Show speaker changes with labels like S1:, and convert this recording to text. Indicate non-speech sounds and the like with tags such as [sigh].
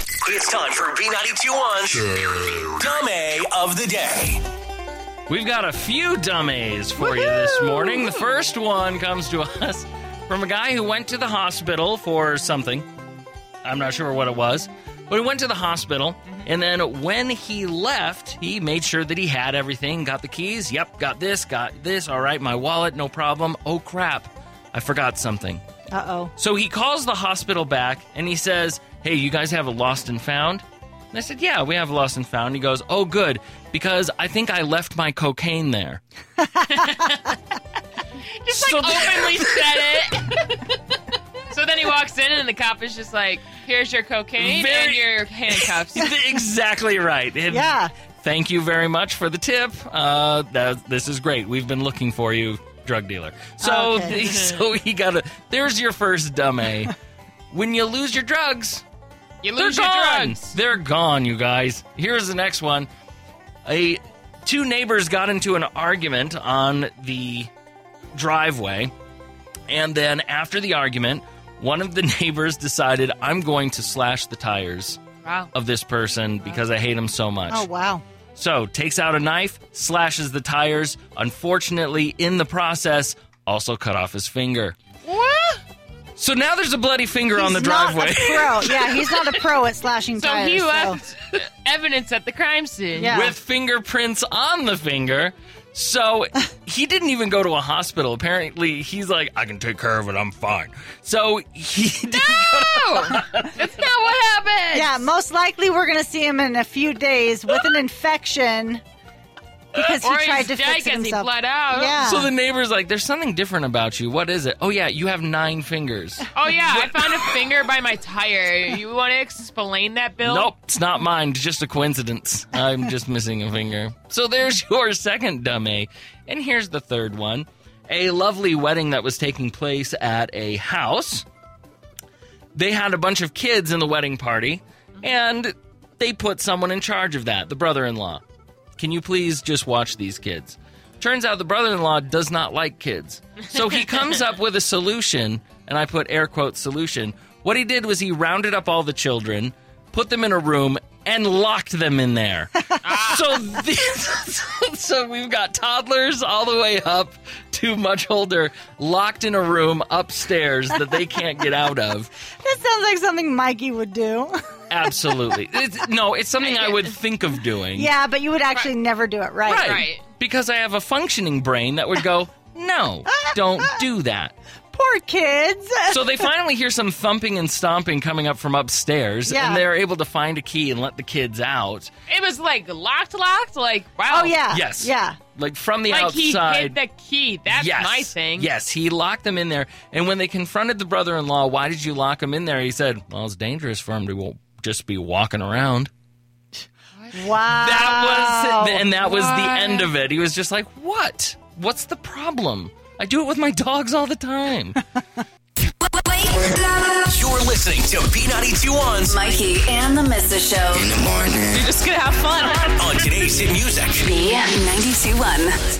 S1: It's time for B921's Dummy of the Day.
S2: We've got a few dummies for you this morning. The first one comes to [laughs] us from a guy who went to the hospital for something. I'm not sure what it was, but he went to the hospital. And then when he left, he made sure that he had everything got the keys. Yep, got this, got this. All right, my wallet, no problem. Oh, crap. I forgot something.
S3: Uh oh.
S2: So he calls the hospital back and he says, Hey, you guys have a lost and found? And I said, Yeah, we have a lost and found. He goes, Oh, good, because I think I left my cocaine
S3: [laughs]
S2: there.
S4: Just
S2: So-
S4: like openly said it. [laughs] so then he walks in, and the cop is just like, "Here's your cocaine and
S2: Very- [laughs]
S4: your handcuffs."
S2: exactly right. It-
S3: oh. Yeah.
S2: Thank you very much for the tip. Uh, that, this is great. We've been looking for you, drug dealer. So,
S3: Okay.
S2: [laughs] so he got a. There's your first
S3: [laughs]
S2: dummy. when you lose your drugs,
S4: You
S2: They're
S4: lose your
S2: gone.
S4: drugs.
S2: They're gone, you guys. Here's the next one. A two neighbors got into an argument on the driveway, and then after the argument, one of the [laughs] neighbors decided, "I'm going to slash the tires
S4: Wow.
S2: of this person because I hate him so much."
S3: Oh wow.
S2: So takes out a knife, slashes the tires. Unfortunately, in the process, also cut off his finger.
S4: What?
S2: So now there's a bloody finger on the
S3: He's not
S2: driveway.
S3: a pro.
S2: [laughs]
S3: Yeah, he's not a pro at slashing
S4: So
S3: tires.
S4: he left evidence at the crime scene.
S3: Yeah.
S2: with fingerprints on the finger. So he didn't even go to a hospital. Apparently, he's like, I can take care of it. I'm fine. So he [laughs] didn't go to-
S4: No, [laughs] that's not what happened.
S3: Yeah, most likely we're going to see him in a few days with an infection because he
S4: Or
S3: tried
S4: he's
S3: to
S4: dead
S3: fix it
S4: because he
S3: himself.
S4: bled out.
S3: Yeah.
S2: So the neighbor's like, There's something different about you. What is it? Oh, yeah, you have nine fingers.
S4: Oh yeah, I found a finger by my tire. You want to explain that, Bill?
S2: Nope, it's not mine. It's just a coincidence. I'm just missing a finger. So there's [laughs] your second dummy. And here's the third one a lovely wedding that was taking place at a house. They had a bunch of kids in the wedding party, and they put someone in charge of that, the brother in law. Can you please just watch these kids? Turns out the brother in law does not like kids. So he comes up with a solution, and I put air quote solution. What he did was he rounded up all the children, put them in a room, and locked them in there. so, these, [laughs] so we've got toddlers all the way up to much older, locked in a room upstairs that they can't get out of.
S3: that sounds like something Mikey
S2: [laughs]
S3: would do.
S2: Absolutely. It's, no, it's something I would think of doing.
S3: yeah, but you would actually never do it right.
S2: Right.
S4: Right.
S2: Because I have a functioning brain that would go, no, don't do that.
S3: Poor kids.
S2: So they finally hear some thumping and stomping coming up from upstairs,
S3: Yeah.
S2: and they're able to find a key and let the kids out.
S4: It was like locked, locked. Like wow.
S3: oh yeah.
S2: Yes.
S3: Yeah.
S2: Like from the
S4: Like
S2: outside.
S4: he hid the key. That's
S2: yes.
S4: my thing.
S2: Yes, he locked them in there. And when they confronted the brother in law, why did you lock him in there? He said, well, it's dangerous for him to just be walking around.
S3: Wow.
S2: That was
S4: Oh,
S2: and that was the
S4: What?
S2: end of it. He was just like, "What? What's the problem? I do it with my dogs all the
S4: [laughs]
S2: time."
S1: You're listening to B921's
S5: Mikey and the Mister Show.
S1: in the morning.
S4: [laughs] You're just gonna have fun.
S1: On today's hit music.
S5: B92 1.